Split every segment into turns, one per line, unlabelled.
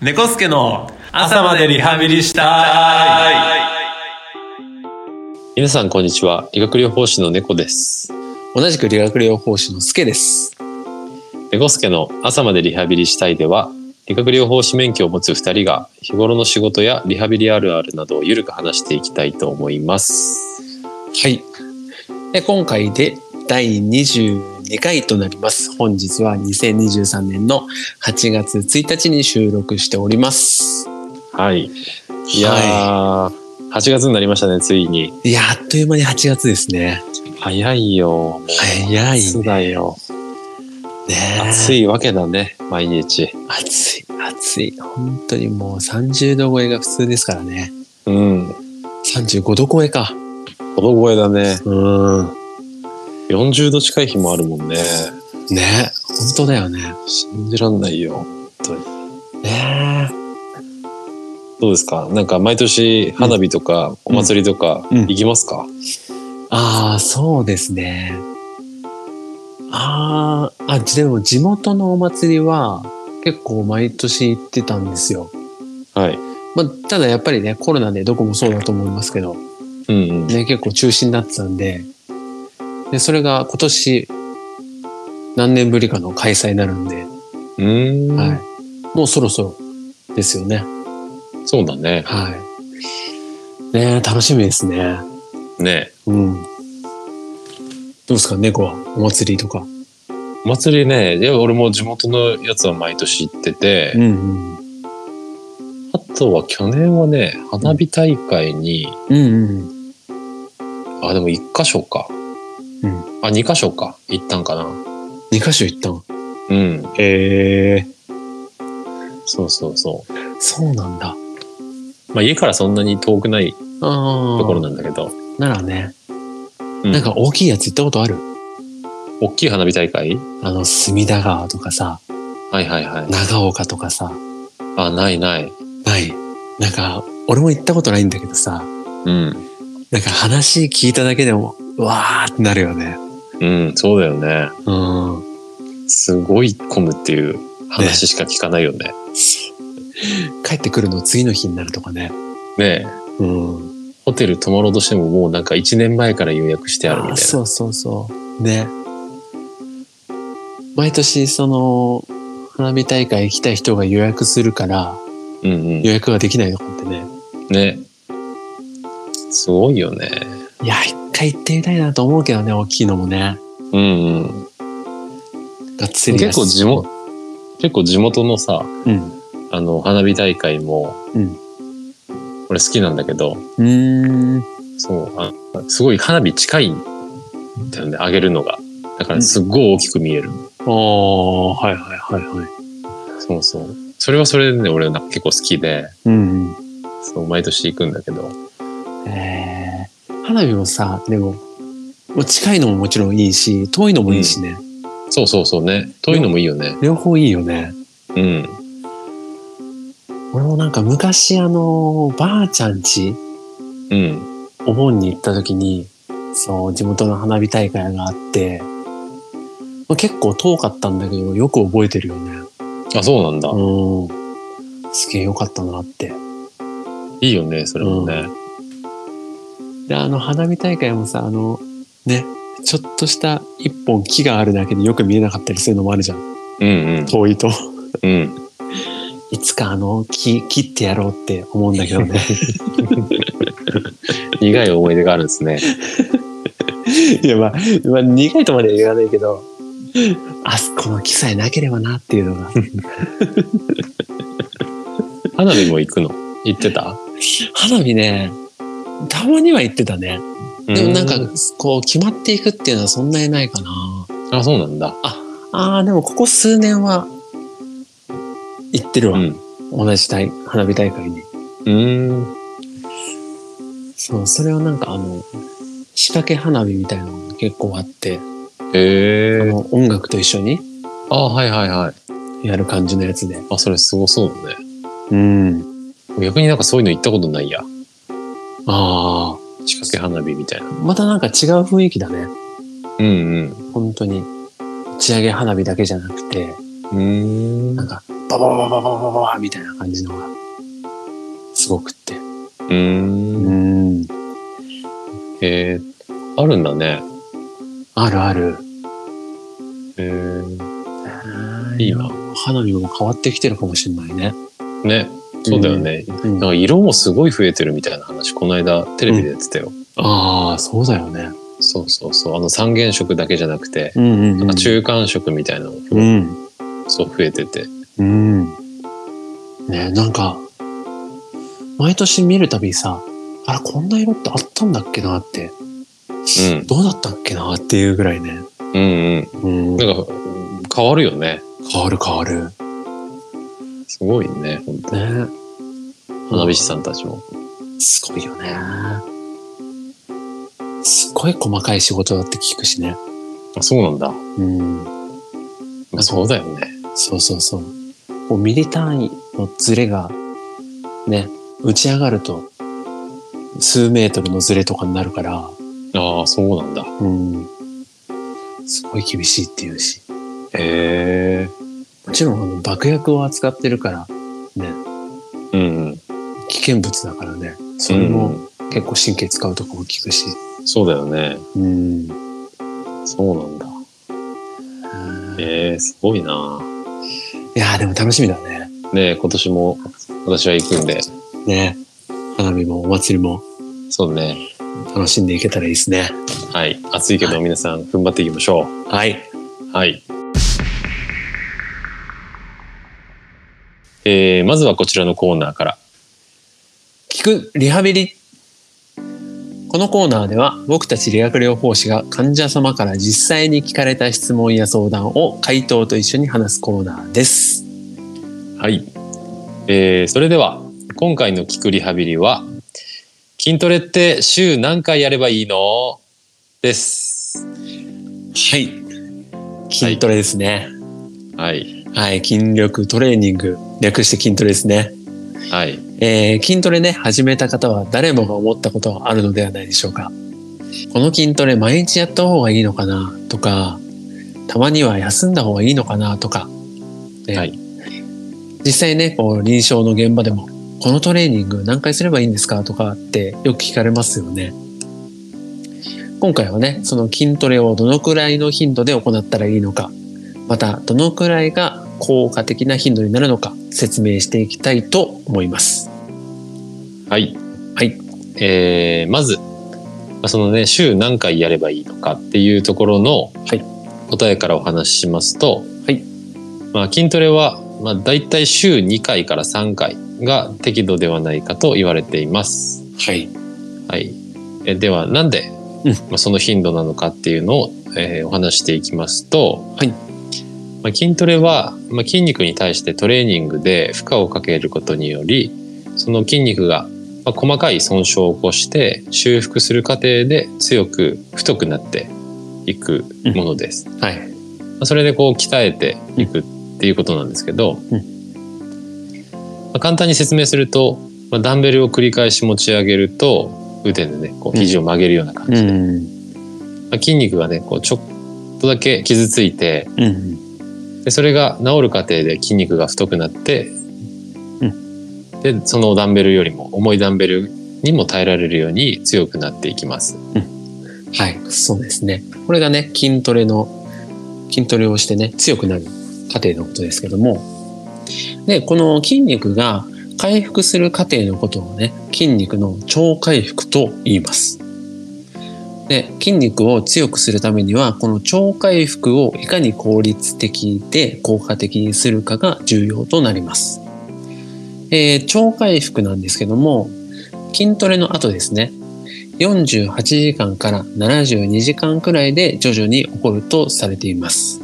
猫助の朝までリハビリしたい
皆さんこんにちは理学療法士の猫です
同じく理学療法士のスケです。
猫助の朝までリハビリしたいでは理学療法士免許を持つ2人が日頃の仕事やリハビリあるあるなどをゆるく話していきたいと思います
はい。で今回で第22回となります。本日は2023年の8月1日に収録しております。
はいいやー、8月になりましたねついに
いや、あっという間に8月ですね。
早いよ
早い
夏だよ
ね。
暑いわけだね毎日
暑い。暑い。本当にもう30度超えが普通ですからね。
うん
35度超えか。
ほど声だね
うん。
40度近い日もあるもんね
ね。本当だよね。
信じらんないよ
ね
どうですかなんか毎年花火とかお祭りとか
うん
行きますか、
ああ、そうですね。あーあ、でも地元のお祭りは結構毎年行ってたんですよ。
はい。
まあ、ただやっぱりね、コロナでどこもそうだと思いますけど、
うんうん。
ね、結構中止になってたんで、で、それが今年何年ぶりかの開催になるんで、
うーん、
はい。もうそろそろですよね。
そうだね。
はい。ね楽しみですね。
ね
うん。どうですか、猫はお祭りとか。
お祭りね、いや俺も地元のやつは毎年行ってて、
んうん。
あとは去年はね、花火大会に、
うんうん。
あ、でも一箇所か。
うん。
あ、二箇所か。行ったんかな。
二箇所行ったん
うん。
へえ。
そうそうそ
そうなんだ。
う。まあ家からそんなに遠くない
ああ。
ところなんだけど、
ならね、
うん
なんか大きいやつ行ったことある
大きい花火大会
あの、隅田川とかさ、
はいはいはい。
長岡とかさ、
あ、ないない。
ない。なんか、俺も行ったことないんだけどさ、
うん。
なんか話聞いただけでも、うわーってなるよね。
うん、そうだよね。
うん。
すごい混むっていう話しか聞かないよね。
帰ってくるの次の日になるとかね。
ねえ
うん。
ホテル泊まろうとしてももうなんか1年前から予約してあるみ
あ
たいな。
そうそうそう。ね。毎年、その、花火大会来た人が予約するから、
うんうん
予。約ができないとかってね。
ね。すごいよね。
いや、一回行ってみたいなと思うけどね、大きいのもね。
うんうん。
がっつりや
結
し
構地元、結構地元のさ、
うん。
あの、花火大会も、
うん
俺好きなんだけど、
うーん。
そう、あすごい花火近いんだよね、上げるのが。だからすっごい大きく見える。
おー、はいはいはいはい。
そうそう。それはそれでね、俺なんか結構好きで、
うん、う
そう、毎年行くんだけど。
ん。えー、花火もさ、でも、もう近いのももちろんいいし、遠いのもいいしね。
そうそうそうね。遠いのもいいよね。
両方いいよね。
うん。
俺もなんか昔あの、ばあちゃん家、
うん。
お盆に行った時に、そう、地元の花火大会があって、まあ、結構遠かったんだけど、よく覚えてるよね。
あ、そうなんだ。
うん。すげえよかったなって。
いいよね、それもね。
で、あの、花火大会もさ、あの、ね、ちょっとした一本木があるだけでよく見えなかったりするのもあるじゃん。
うん
遠いと。
うん。うん。
いつかあの、木、切ってやろうって思うんだけどね。
苦い思い出があるんですね。
いや、まあ、まあ、苦いとまでは言わないけど、あそこの木さえなければなっていうのが。
花火も行くの行ってた
花火ね、たまには行ってたね。でもなんか
う、
こう、決まっていくっていうのはそんなにないかな。
あ、そうなんだ。
ああ、でもここ数年は、行ってる
う
わ。
ん。
同じ大花火大会に。
うん。
そう、それはなんかあの、仕掛け花火みたいなのが結構あって、
へ
あ
え。
の音楽と一緒に
あ、はいはいはい。
やる感じのやつで。
あ、それすごそうだね。
うん。
逆になんかそういうの行ったことないや。
あ
仕掛け花火みたいな
あ。。またなんか違う雰囲気だね。
うん
本当に。打ち上げ花火だけじゃなくて、
うん。うー
なん
ん。
かバババババババババみたいな感じのがすごくって。
うーん。
ん。
えー、あるんだね。
あるある。
えー、
いいな。花火も変わってきてるかもしれないね。
ね。そうだよね。
うん
なんか色もすごい増えてるみたいな話、この間テレビでやってたよ。
ああ、そうだよね。
そうそうそう。あの三原色だけじゃなくて、
うんうん、
なんか中間色みたいなのも、
うん。
そう増えてて。
うん。ねなんか、毎年見るたびさ、あれ、こんな色ってあったんだっけなって、
う
どうだったっけなっていうぐらいね。
ん。うん
うん
うん。なんか、変わるよね。
変わる変わる。
すごいね、本当
ね
花火師さんたちも。
すごいよね。すっごい細かい仕事だって聞くしね。
あ、そうなんだ。
うん。
まあそうだよね。
そうそうそう。こうミリ単位のズレが、ね、打ち上がると、数メートルのズレとかになるから、
ああ、そうなんだ。
うん。すごい厳しいっていうし。
へえ。
もちろん、あの、爆薬を扱ってるから、ね、
うん
危険物だからね。そ
うん。
れも結構神経使うとこも聞くし。
うん、そうだよね。
うん。
そうなんだ。ええ、すごいな。
いやーでも楽しみだね。
ねえ今年も私は行くんで、
ね。花火もお祭りも
そうね。
楽しんでいけたらいいですね。
はい。暑いけど皆さん踏ん張っていきましょう。
はい。
はい。えー、まずはこちらのコーナーから。
聞くリハビリこのコーナーでは僕たち理学療法士が患者様から実際に聞かれた質問や相談を回答と一緒に話すコーナーです。
はい、えーそれでは今回の「聞くリハビリは」筋トレって週何回やればいいの?」です。
はい。筋トレですね。
はい、
はい、筋力トレーニング。略して筋トレですね。
はい、
えー筋トレね、始めた方は誰もが思ったことはあるのではないでしょうか。この筋トレ毎日やった方がいいのかなとか、たまには休んだ方がいいのかなとか、ね
はい
実際ね、こう臨床の現場でも、このトレーニング何回すればいいんですかとかってよく聞かれますよね。今回はね、その筋トレをどのくらいの頻度で行ったらいいのか、またどのくらいが効果的な頻度になるのか説明していきたいと思います。
はい
はい。
えーまずそのね週何回やればいいのかっていうところの
はい
答えからお話ししますと、
はい
まあ、筋トレは、まあ、大体週2回から3回が適度ではないかと言われています。
はい。
はい、えではなんで、
うん
まあ、その頻度なのかっていうのを、えーお話していきますと、
はい
まあ、筋トレは、まあ、筋肉に対してトレーニングで負荷をかけることによりその筋肉が、まあ、細かい損傷を起こして修復する過程で強く太くなっていくものです。
はい。
まあそれでこう鍛えていくっていうことなんですけど、
うん
まあ簡単に説明すると、まあ、ダンベルを繰り返し持ち上げると腕でねこう肘を曲げるような感じで、ま
ん。
あ筋肉がねこうちょっとだけ傷ついて
うん。
でそれが治る過程で筋肉が太くなって、
う
でそのダンベルよりも重いダンベルにも耐えられるように強くなっていきます。
はい。そうですね。これがね、筋トレの、筋トレをしてね、強くなる過程のことですけども。で、この筋肉が回復する過程のことをね、筋肉の超回復と言います。で、筋肉を強くするためには、この超回復をいかに効率的で効果的にするかが重要となります。えー超回復なんですけども、筋トレの後ですね、48時間から72時間くらいで徐々に起こるとされています。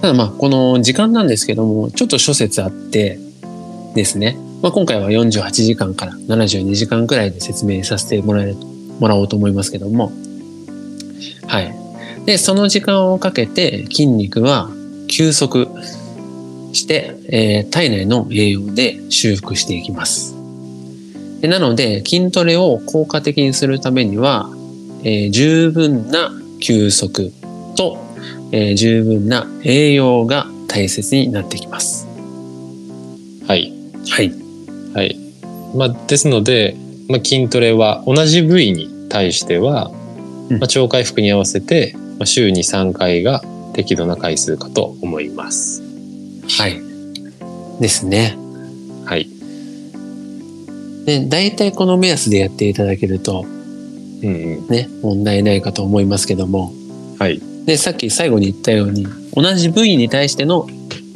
ただまあ、この時間なんですけども、ちょっと諸説あってですね、まあ、今回は48時間から72時間くらいで説明させてもらえもらおうと思いますけども、はい。で、その時間をかけて筋肉は休息して、えー体内の栄養で修復していきます。でなので筋トレを効果的にするためには、えー十分な休息と、えー十分な栄養が大切になってきます。
はい。
はい。
はい。まあ、ですので、まあ、筋トレは同じ部位に対しては、
うん
まあ、超回復に合わせて、まあ、週に3回が適度な回数かと思います。
はい。ですね。
はい。
で、大体この目安でやっていただけると
うんうん。
ね、問題ないかと思いますけども。
はい。
で、さっき最後に言ったように、同じ部位に対しての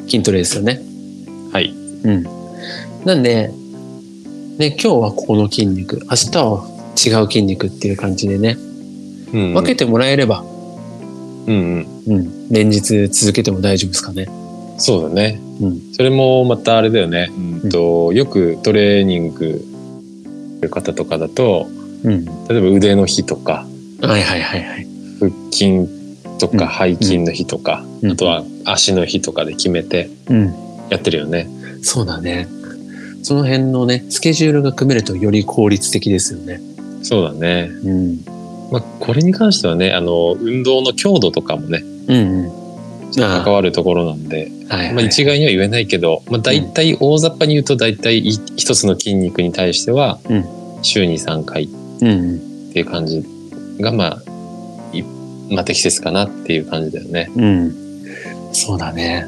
筋トレですよね。
はい。
うん。なんで、ね、今日はここの筋肉、明日は違う筋肉っていう感じでね、
うんうん、
分けてもらえれば、
うんうん。
うん、連日続けても大丈夫ですかね。
そうだね。
うん。
それもまたあれだよね。うんと、よくトレーニングする方とかだと、
うん。
例えば腕の日とか、
はいはいはいはい。
腹筋と
うん
か背筋の日とか、
うん
あとは足の日とかで決めて
うん。
やってるよね。
そうだね。その辺のね、スケジュールが組めるとより効率的ですよね。
そうだね。
うん。
まあ、これに関してはね、あの、運動の強度とかもね、
うんうん。あ
関わるところなんで、
あ、はい、はい。
まあ、一概には言えないけど、まあ、大体大雑把に言うと、大体い一つの筋肉に対しては
うん、
週に3回っ
うん
ていう感じが、まあ、いまあ、適切かなっていう感じだよね。
うん。うん。そうだね。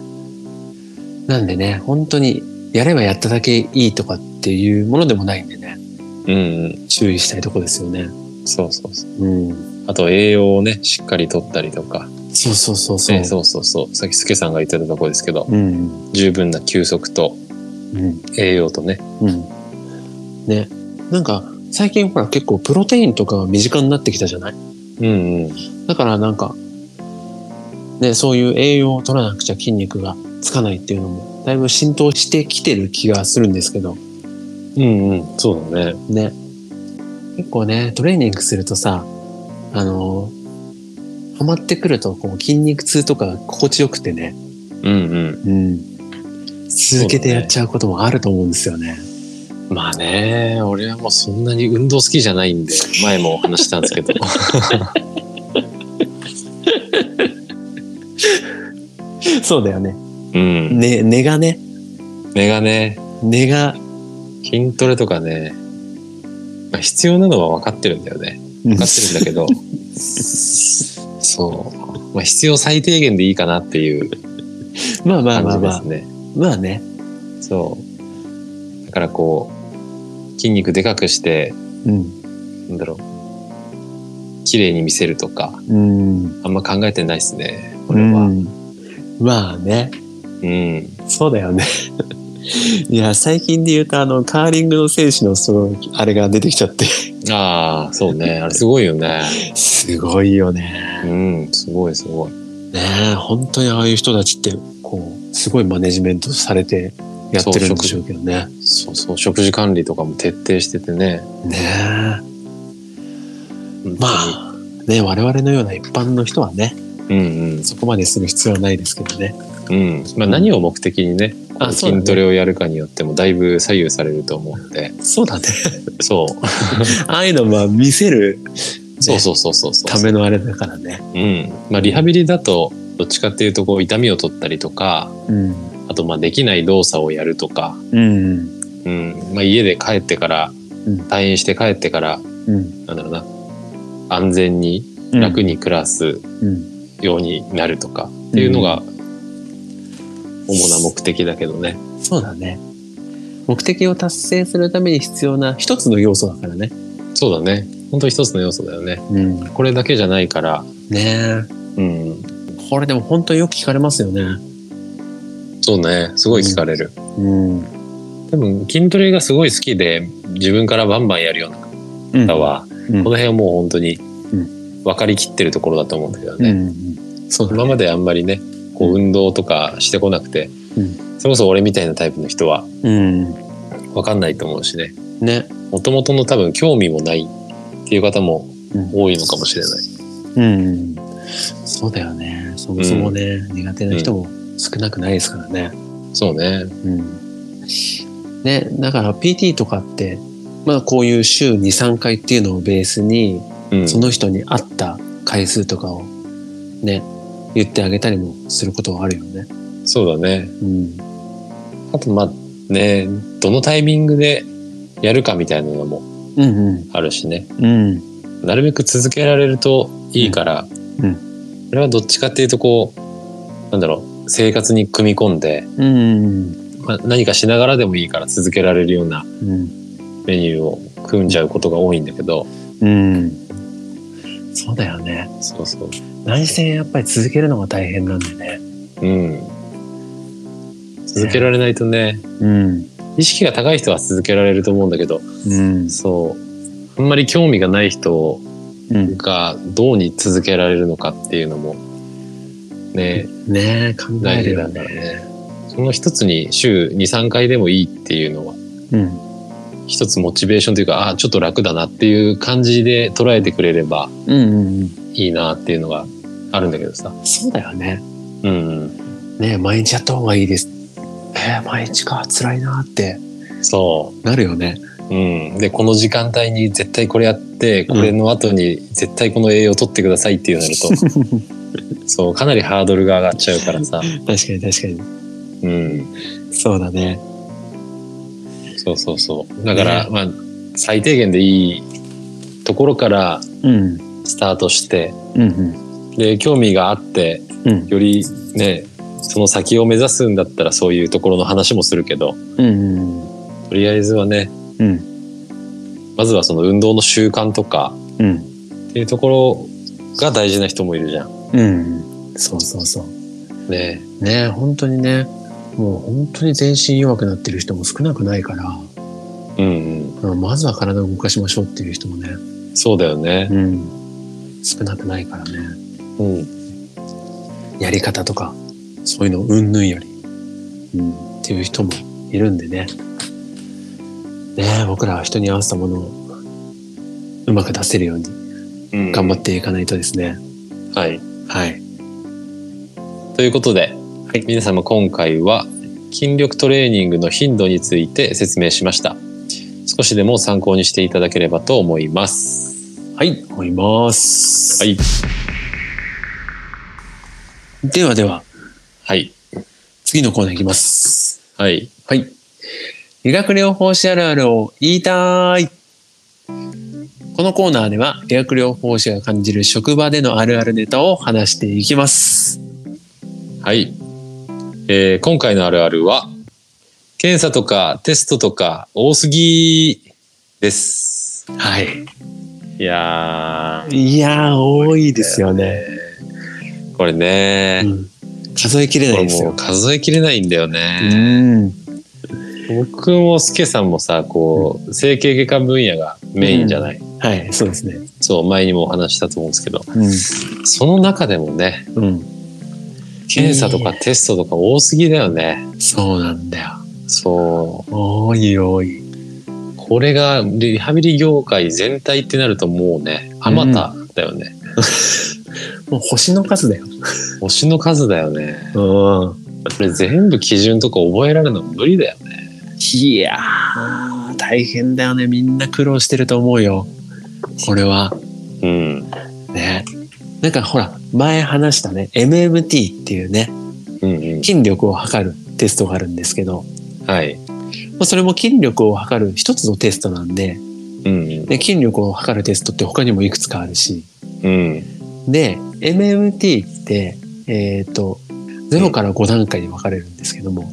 なんでね、本当に、やればやっただけいいとかっていうものでもないんでね、
うん、うん。
注意したいとこですよね。
そうそうそう。
うん。
あと、栄養をね、しっかりとったりとか、
そうそうそうそう。
ね、そうそうそう。さっき、すけさんが言ってたとこですけど、
うん。
十分な休息と
うん。
栄養とね。
うん。ね。なんか、最近ほら結構プロテインとかが身近になってきたじゃない
うん、うん。
だからなんか、ね、そういう栄養を取らなくちゃ筋肉がつかないっていうのも、だいぶ浸透してきてる気がするんですけど、
うん、うん。そうだね。
ね。結構ね、トレーニングするとさ、あの、ハマってくると、こう、筋肉痛とかが心地よくてね、
うん、うん。
うん。続けてやっちゃうこともあると思うんですよね。
まあね、俺はもうそんなに運動好きじゃないんで、前もお話したんですけど。
そうだよね。
うん。
ね、根がね、
メガね、
根が、
筋トレとかね、まあ、必要なのは分かってるんだよね。分かってるんだけど、そう。まあ、必要最低限でいいかなっていう
まあまあ
感
まあ
じ
ま
で
あ
す。ね。
まあね。
そう。だからこう、筋肉でかくして、
うん。
なんだろう、綺麗に見せるとか、
うん。
あんま考えてないですね。
こ
俺は。
まあね。
うん。
そうだよね。 いや、最近で言うと、あの、カーリングの選手の、その、あれが出てきちゃって。
ああ、そうね。あれすごいよね。
すごいよね。
うん、すごいすごい。
ねえ、本当にああいう人たちって、こう、すごいマネジメントされてやってるんでしょうけどね。
そうそう、食事管理とかも徹底しててね。
ねえ。
本当に
まあ、ね我々のような一般の人はね、
うんうん。
そこまでする必要はないですけどね。
うん。まあ何を目的にね、こう
そうだね
筋トレをやるかによってもだいぶ左右されると思うんで。
そうだね。
そう。
ああいうのは見せる
そうそうそうそうそう。
ためのあれだからね。
うん。まあリハビリだと、どっちかっていうとこう痛みを取ったりとか、
うん。
あとまあできない動作をやるとか、
うん。
うん。まあ家で帰ってから、
うん
退院して帰ってから、
うん。
なんだろうな、安全に楽。に暮らす
うん。
ようになるとかっていうのが主な目的だけどね。
そうだね。目的を達成するために必要な一つの要素だからね。
そうだね。本当一つの要素だよね。
うん。
これだけじゃないから、
ねえ。
うん。
これでも本当によく聞かれますよね。
そうね。すごい聞かれる。
うん。
多分筋トレがすごい好きで自分からバンバンやるような
うん
方は、
うん
この辺はもう本当に
ん
分かりきってるところだと思うんだけど
うん
ね。
うんそうだね
今まであんまりね、こ
う
う運動とかしてこなくて、
うん
それこそ俺みたいなタイプの人は
うん。
分かんないと思うしね。
ね。
もともとの多分興味もないっていう方も多いのかもしれない。
うん。そうだよね。そもそもね、苦手な人も少なくないですからね。
そうね。
うん。ね、だから PT とかって、まあこういう週2、3回っていうのをベースに、
うん。
その人に合った回数とかをね、言ってあげたりもすることはあるよね。
そうだね。
うん。
あと、まあ、ね、どのタイミングでやるかみたいなのも
うん
あるしね。
うん。うん。
なるべく続けられるといいから、
うんう
これはどっちかっていうとこう、なんだろう、生活に組み込んで、
うん。
まあ、何かしながらでもいいから続けられるような
うん。
メニューを組んじゃうことが多いんだけど、
うん。そうだよね。
そうそう。
内戦やっぱり続けるのが大変なんでね。
うん。続けられないとね、
うん。
意識が高い人は続けられると思うんだけど、
うん。
そう。あんまり興味がない人
うん。
がどうに続けられるのかっていうのも、ね、
ねえ、考え
大
る
事
よ
だ
ね。
からね。その一つに週2、3回でもいいっていうのは、
うん。
一つモチベーションというか、ああ、ちょっと楽だなっていう感じで捉えてくれれば
うんうんうん。
いいなっていうのがあるんだけどさ。
そうだよね。
うん。
ねえ、毎日やった方がいいです。えー、毎日か、辛いなって
そ
なるよね。
う。うん。で、この時間帯に絶対これやって、これの後に絶対この栄養を取ってくださいっていうなると、
確か
そう、かなりハードルが上がっちゃうからさ。
に確かに。
うん。
そうだね。
そうそうそう。だから、
ね
まあ、最低限でいいところから
うん。
スタートして、
うん
で、興味があって、
うん。うん。
よりね、その先を目指すんだったらそういうところの話もするけど、
うん。
とりあえずはね、
うん。
まずはその運動の習慣とか
うん。
っていうところが大事な人もいるじゃん。
うん。そうそうそう。
ね。
ねえ本当にねもう本当に全身弱くなってる人も少なくないから、
うん、
うんまずは体を動かしましょうっていう人もね、
うん。そうだよね。
うん、少なくないからね
うん。
やり方とかそういうのうんぬんより、うん、っていう人もいるんでねねえ僕らは人に合わせたものをうまく出せるように
うん
頑張っていかないとですね、
はい。
はい
ということで、
はい
皆様今回は筋力トレーニングの頻度について説明しました少しでも参考にしていただければと思います
はい思います、
はい
ではでは
はい
次のコーナーいきます
はい
はい。理学療法士あるあるを言いたい。このコーナーでは理学療法士が感じる職場でのあるあるネタを話していきます。
はい、えー今回のあるあるは検査とかテストとか多すぎです
はい。
いや
いやー、多いですよね。
ーこれ
う
ね、
ん、数えきれ
こ
ない
れ
です
も
よ。
う数えきれないんだよね、
ん。
僕もスケさんもさこう整形外科分野がメインじゃない、
はい、そうですね。
そう、前にもお話ししたと思うんですけど、
う
その中でもね、
ん。うん。
検査とかテストとか多すぎだよね。
そうなんだよ。
そう。
多い多い。
これがリハビリ業界全体ってなるともうね、あまただよね。
もう星の数だよ。
星の数だよね。
うん。
これ全部基準とか覚えられるの無理だよね。
いやー、大変だよね。みんな苦労してると思うよ。これは。
うん。
ね。なんかほら、前話したね、MMT っていうね、
うんう
筋力を測るテストがあるんですけど、
ん。はい。
まあそれも筋力を測る一つのテストなんで
うん
で、筋力を測るテストって他にもいくつかあるし、
うん。うん。
で、MMT って、えっ、と、0から5段階に分かれるんですけども、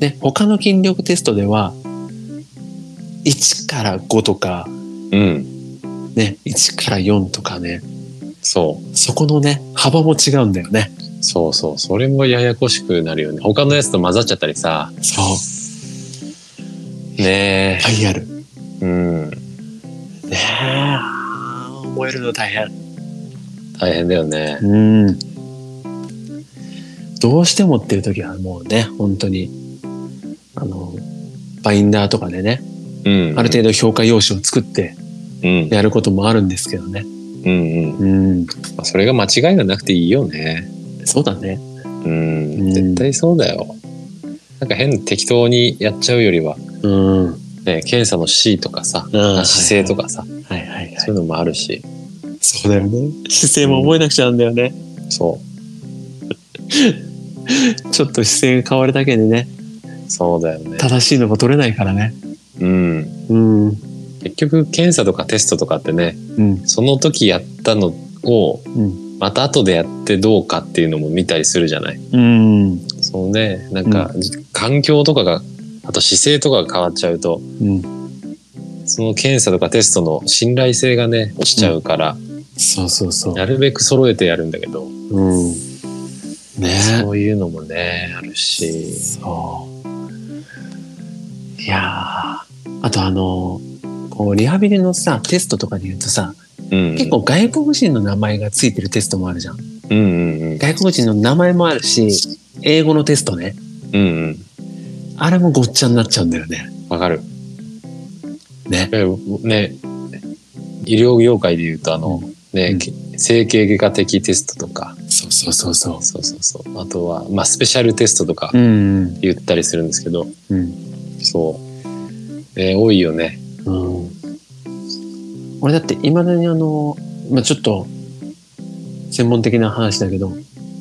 ね、他の筋力テストでは、1から5とか、
うん。
ね、1から4とかね、
そ
そこのね、幅も違うんだよね。
う。そうそう。それもややこしくなるよね。他のやつと混ざっちゃったりさ。
そう、
ね
はいある。
え。うん。
ねえ、あー覚えるの大変。
大変だよね。
うん。どうしてもっていう時はもうね、本当に、あの、バインダーとかでね、
うん。
ある程度評価用紙を作って
度。うん。
やることもあるんですけどね。
うんうん。
うん。
まあそれが間違いがなくていいよね。
そうだね。
うん、
うん
絶対そうだよ。なんか変に適当にやっちゃうよりは、
うん。うん
ね、検査の C とかさ、
姿
姿勢と。かさ、
はいはいは
そ
い。
ういうのもあるし、
そうだよね。姿勢も覚えなくちゃなんだよね。
そ
ちょっと姿勢が変わるだけでね、
そうだよね。
正しいのも取れないからね。
うん。
うん。
結局、検査とかテストとかってね、
うん。
その時やったのを、
うん。
また後でやってどうかっていうのも見たりするじゃない。
うん。
そうね、なんか、環境とかが、あと姿勢とかが変わっちゃうと、
うん。
その検査とかテストの信頼性がね、落ちちゃうから、
そうそうそう。
なるべく揃えてやるんだけど、
うん。ね
そういうのもね、あるし、
そう。いやーあとあの、こう、リハビリのさ、テストとかで言うとさ、
うん、
結構外国人の名前がついてるテストもあるじゃん。
うんうんうん
外国人の名前もあるし、英語のテストね。
うんうん
あれもごっちゃになっちゃうんだよね。
わかる
ね。
えね医療業界で言うとあの、ね、
うん
け整形外科的テストとか
そうそうそうそ
そうそうそうあとは、まあ、スペシャルテストとか
う。うん。
言ったりするんですけど、
うん。
そう、えー多いよね
うん。俺だって、いまだにあの、まあ、ちょっと、専門的な話だけど、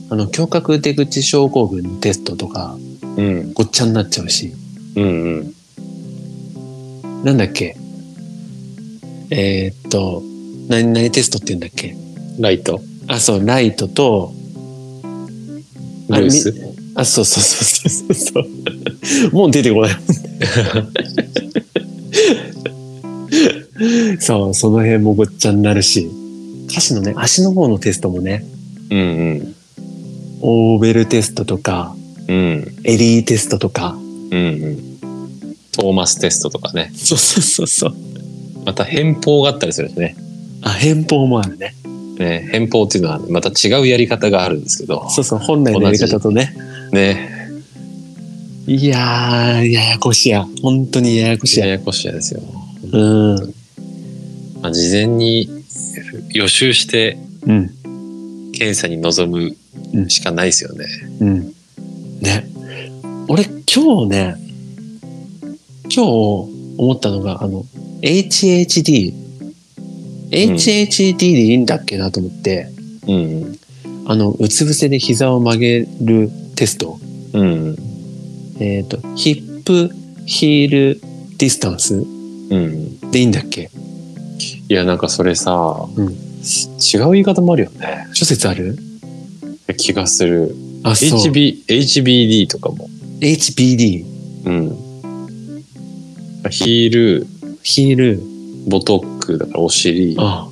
あの、胸郭出口症候群のテストとか、
うん
ごっちゃになっちゃうし、
うんうん
なんだっけえーっと、何、何テストって言うんだっけ
ライト
あ、そう、ライトと、あ
ルース
あ、そうそうそうそうそうそう。 もう出てこないもんね。そう、その辺もごっちゃになるし。歌詞のね、足の方のテストもね、
うん
オーベルテストとか、
うんうん
エリーテストとか。
うんうんトーマステストとかね
そうそうそうそう。
また偏方があったりするしね
あ、偏方もあるね。
ね偏方っていうのはまた違うやり方があるんですけど
そうそう、本来のやり方とね。
ね
いやー、ややこしや。本当にややこし
や
や。
やこしいですよ
うん。
まあ、事前に予習して
うん。
検査に臨むしかないですよね。
うん。ね。俺、今日ね、今日思ったのが、あの、HHD。HHD でいいんだっけなと思って、
うん。
あの、うつ伏せで膝を曲げるテスト。
うん。
えっ、と、ヒップ、ヒール、ディスタンス
うん。
でいいんだっけ
いや、なんかそれさ、
うん
違う言い方もあるよね。
諸説ある
気がする。
あ、そう。
HB、HBD とかも。
HBD。
うん。ヒール、
ヒール、
ボトック、だからお尻、デ
あ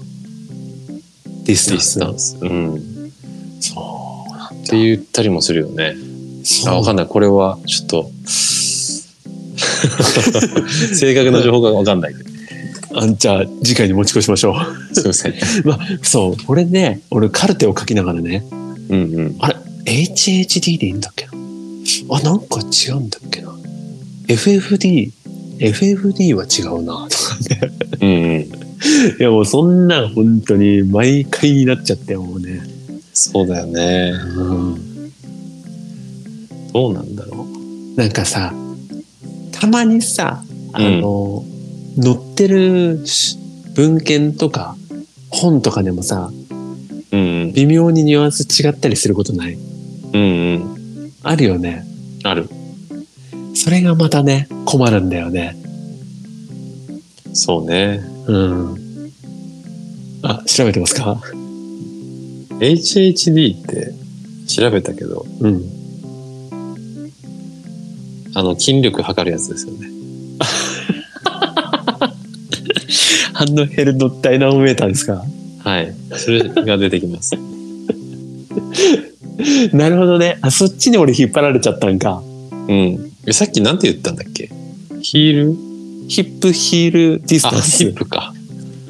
ディスタ
ィ
ンス。
スタンス。うん。
そうなん
って言ったりもするよね。あ、わかんない。これは、ちょっ と、正確な情報がわかんないけど。
あじゃあ、次回に持ち越しましょう。
すいません。
そう、俺ね、俺カルテを書きながらね、
うんうん。
HHD でいいんだっけな。あ、なんか違うんだっけな。FFD、FFD は違うな。
うんうん。
いや、もうそんなん本当に毎回になっちゃって、もうね。
そうだよね。
うん。
どうなんだろ
なんかさ、たまにさ、あの、載ってるし文献とか、本とかでもさ、
う。うん
微妙にニュアンス違ったりすることない
うん。うんうん。
あるよね。
ある。
それがまたね、困るんだよね。
そうね。
うん。あ、調べてますか
HHD って調べたけど、
うん。
あの、筋力測るやつですよね。
ハンドヘルドダイナモメーターですか
はい。それが出てきます。
なるほどね。あ、そっちに俺引っ張られちゃったんか。
うん。えさっきなんて言ったんだっけヒール
ヒップ、ヒール、ディス
あ、
タン
ヒ
ス
ッ。プか。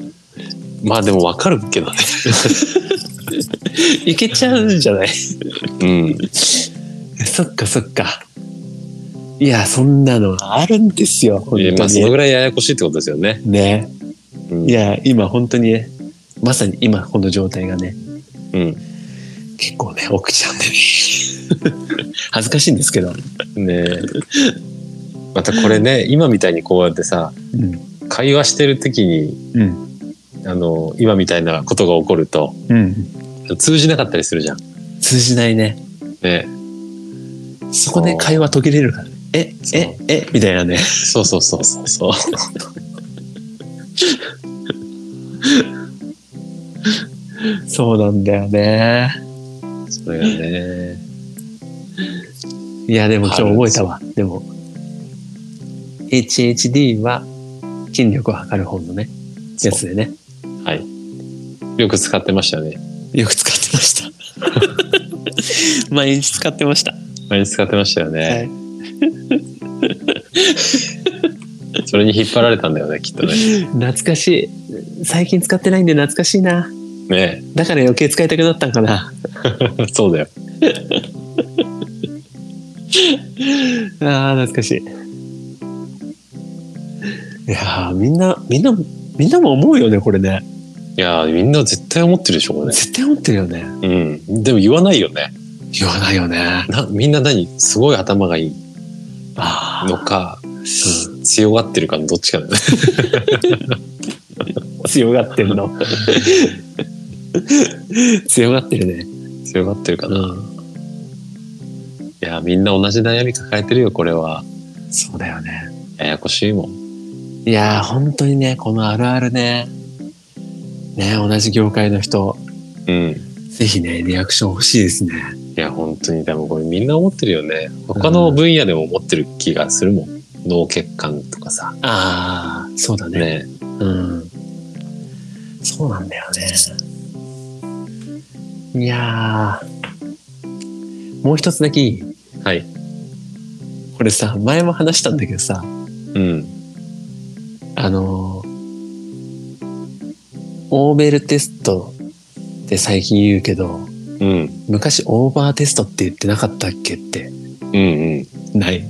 まあでもわかるけどね。
いけちゃうんじゃない
うん。
そっかそっか。いや、そんなのあるんですよ。本
えま
当
あその
に。
ぐらいややこしいってことですよね。
ね。
うん。
いや、今本当にね、まさに今この状態がね、
うん。
結構ね、起きちゃうんでね。 恥ずかしいんですけど。
ねえ またこれね、今みたいにこうやってさ、
うん。
会話してる時に
うん。
あの、今みたいなことが起こると、
うん。
通じなかったりするじゃん。
通じないね。
ね。
そこで会話途切れるからね。え
そ
え
う
えみたいなね
そうそうそうそうそう。
そうなんだよね
それがね。
いやでも今日覚えたわでも HHD は筋力を測る方のねやつでね
はい。よく使ってましたよね。
よく使ってました 毎日使ってました、
毎日使ってましたよ
は
ね
い。、
それに引っ張られたんだよね、きっとね。
懐かしい最近使ってないんで懐かしいな
ね
だから余計使いたくなったんかな
そうだよ。
あー懐かしい。いやーみんなみんなみんなも思うよねこれね
いやーみんな絶対思ってるでしょ、これね。
絶対思ってるよね
うん。でも言わないよね。
言わないよね
なみんな何すごい頭がいい
あ
のか、強がってるかのどっちかだよね。
あ強がってるの 強がってるね
強がってるかな。
う
いやーみんな同じ悩み抱えてるよ、これは。
んそうだよね
ややこしいもん。
いやー本当にねこのあるあるねね同じ業界の人
うん。
ぜひねリアクション欲しいですね
いや、本当に多分これみんな思ってるよね。他の分野でも思ってる気がするもん。脳血管とかさ。
ああそうだ
ね。
うん。そうなんだよね。いやー、もう一つだけいい
はい。
これさ、前も話したんだけどさ、
うん。
あのー、オーベルテストって最近言うけど、
うん。
昔オーバーテストって言ってなかったっけって、
うんうん。
ない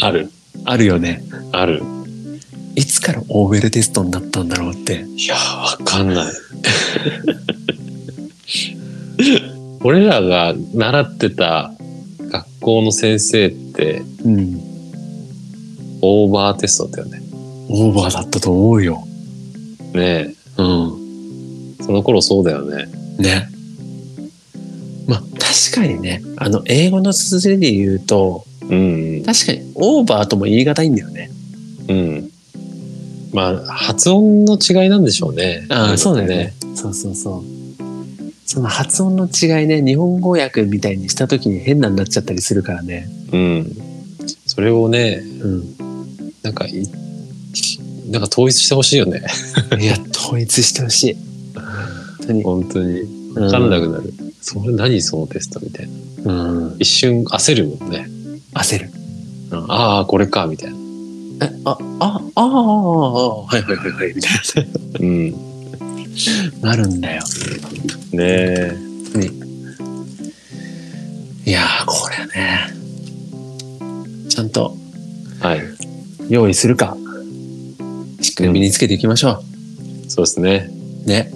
ある。
あるよね。
ある。
いつからオーベルテストになったんだろうって。
いやー、わかん ない。俺らが習ってた学校の先生って、
うん。
オーバーテストだったよね。
オーバーだったと思うよ。
ね
うん。
え。その頃そうだよね。
ね。まあ確かにね、あの英語の綴りで言うと、
うん
確かにオーバーとも言い難いんだよね。
うん。うん。まあ、発音の違いなんでしょうね。
そうだよね。。そうそうそう。その発音の違いね、日本語訳みたいにした時に変なになっちゃったりするからね。
うん。それをね、
うん。
なんかい、なんか統一してほしいよね。
いや、統一してほしい。本当に。
本当に。
うん
わかんなくなる。それ何そのテストみたいな。
うん。
一瞬焦るもんね。
焦る。
うんああ、これか、みたいな。
え、あ、あ、ああ、ああ、はいはいはい はい、みたい
うん。ね
な。なるんだよ。
え。
いやー、これね。ちゃんと
はい。
用意するか、しっかり身につけていきましょ
そうですね。
う。ね。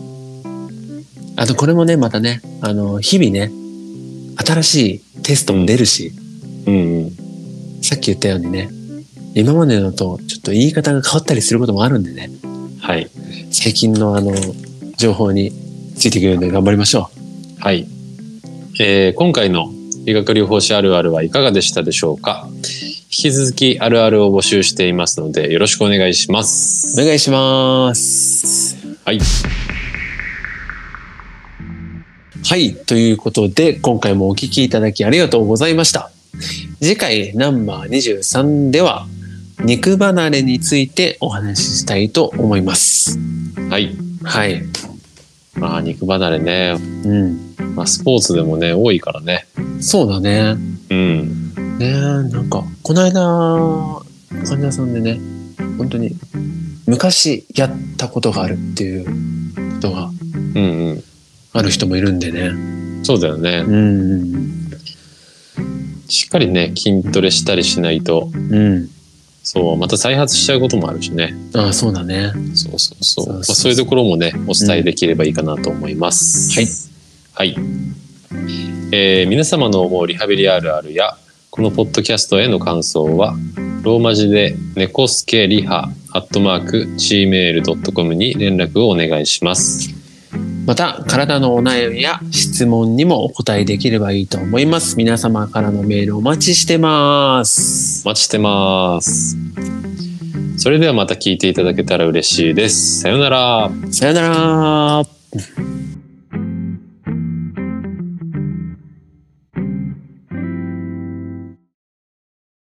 あと、これもね、またね、あの、日々ね、新しいテストも出るし、
うんうん。
さっき言ったようにね、今までのとちょっと言い方が変わったりすることもあるんでね、
はい。
最近のあの、情報についていくように頑張りましょ
はい。えー今回の理学療法士あるあるはいかがでしたでしょうか引き続きあるあるを募集していますのでよろしくお願いします。
う。お願いします。
はい。
はい。ということで、今回もお聞きいただきありがとうございました。次回ナンバー23では、肉離れについてお話ししたいと思います。
はい。
はい。
まあ、肉離れね。
うん。
まあ、スポーツでもね、多いからね。
そうだね。
うん。
ねえなんか、この間、患者さんでね、本当に、昔やったことがあるっていうことが
うんうん。
ある人もいるんでね。
そうだよね。
うん。
しっかりね、筋トレしたりしないと、
うん。
そう、また再発しちゃうこともあるしね。
ああ、そうだね。
そうそうそ
そうそう
う。
そう
まあ、そういうところもね、お伝えできればいいかなと思います。はい。はい。えー皆様の思うリハビリあるあるや、このポッドキャストへの感想は、ローマ字で、猫助リハ、アットマーク、gmail.com に連絡をお願いします。
また体のお悩みや質問にもお答えできればいいと思います皆様からのメールお待ちしてますます。
お待ちしてます。それではまた聞いていただけたら嬉しいです。さようなら。
さよなら。